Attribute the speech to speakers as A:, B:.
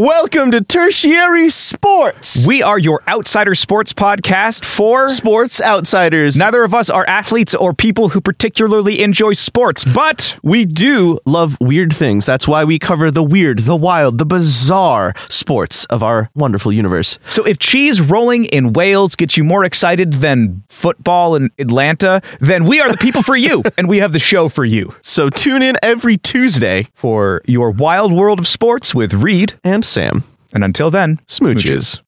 A: Welcome to Tertiary Sports.
B: We are your outsider sports podcast for
A: sports outsiders.
B: Neither of us are athletes or people who particularly enjoy sports, but
A: we do love weird things. That's why we cover the weird, the wild, the bizarre sports of our wonderful universe.
B: so if cheese rolling in Wales gets you more excited than football in Atlanta, then we are the people for you and we have the show for you.
A: So tune in every Tuesday
B: For your wild world of sports with Reed,
A: and Sam
B: and until then,
A: smooches.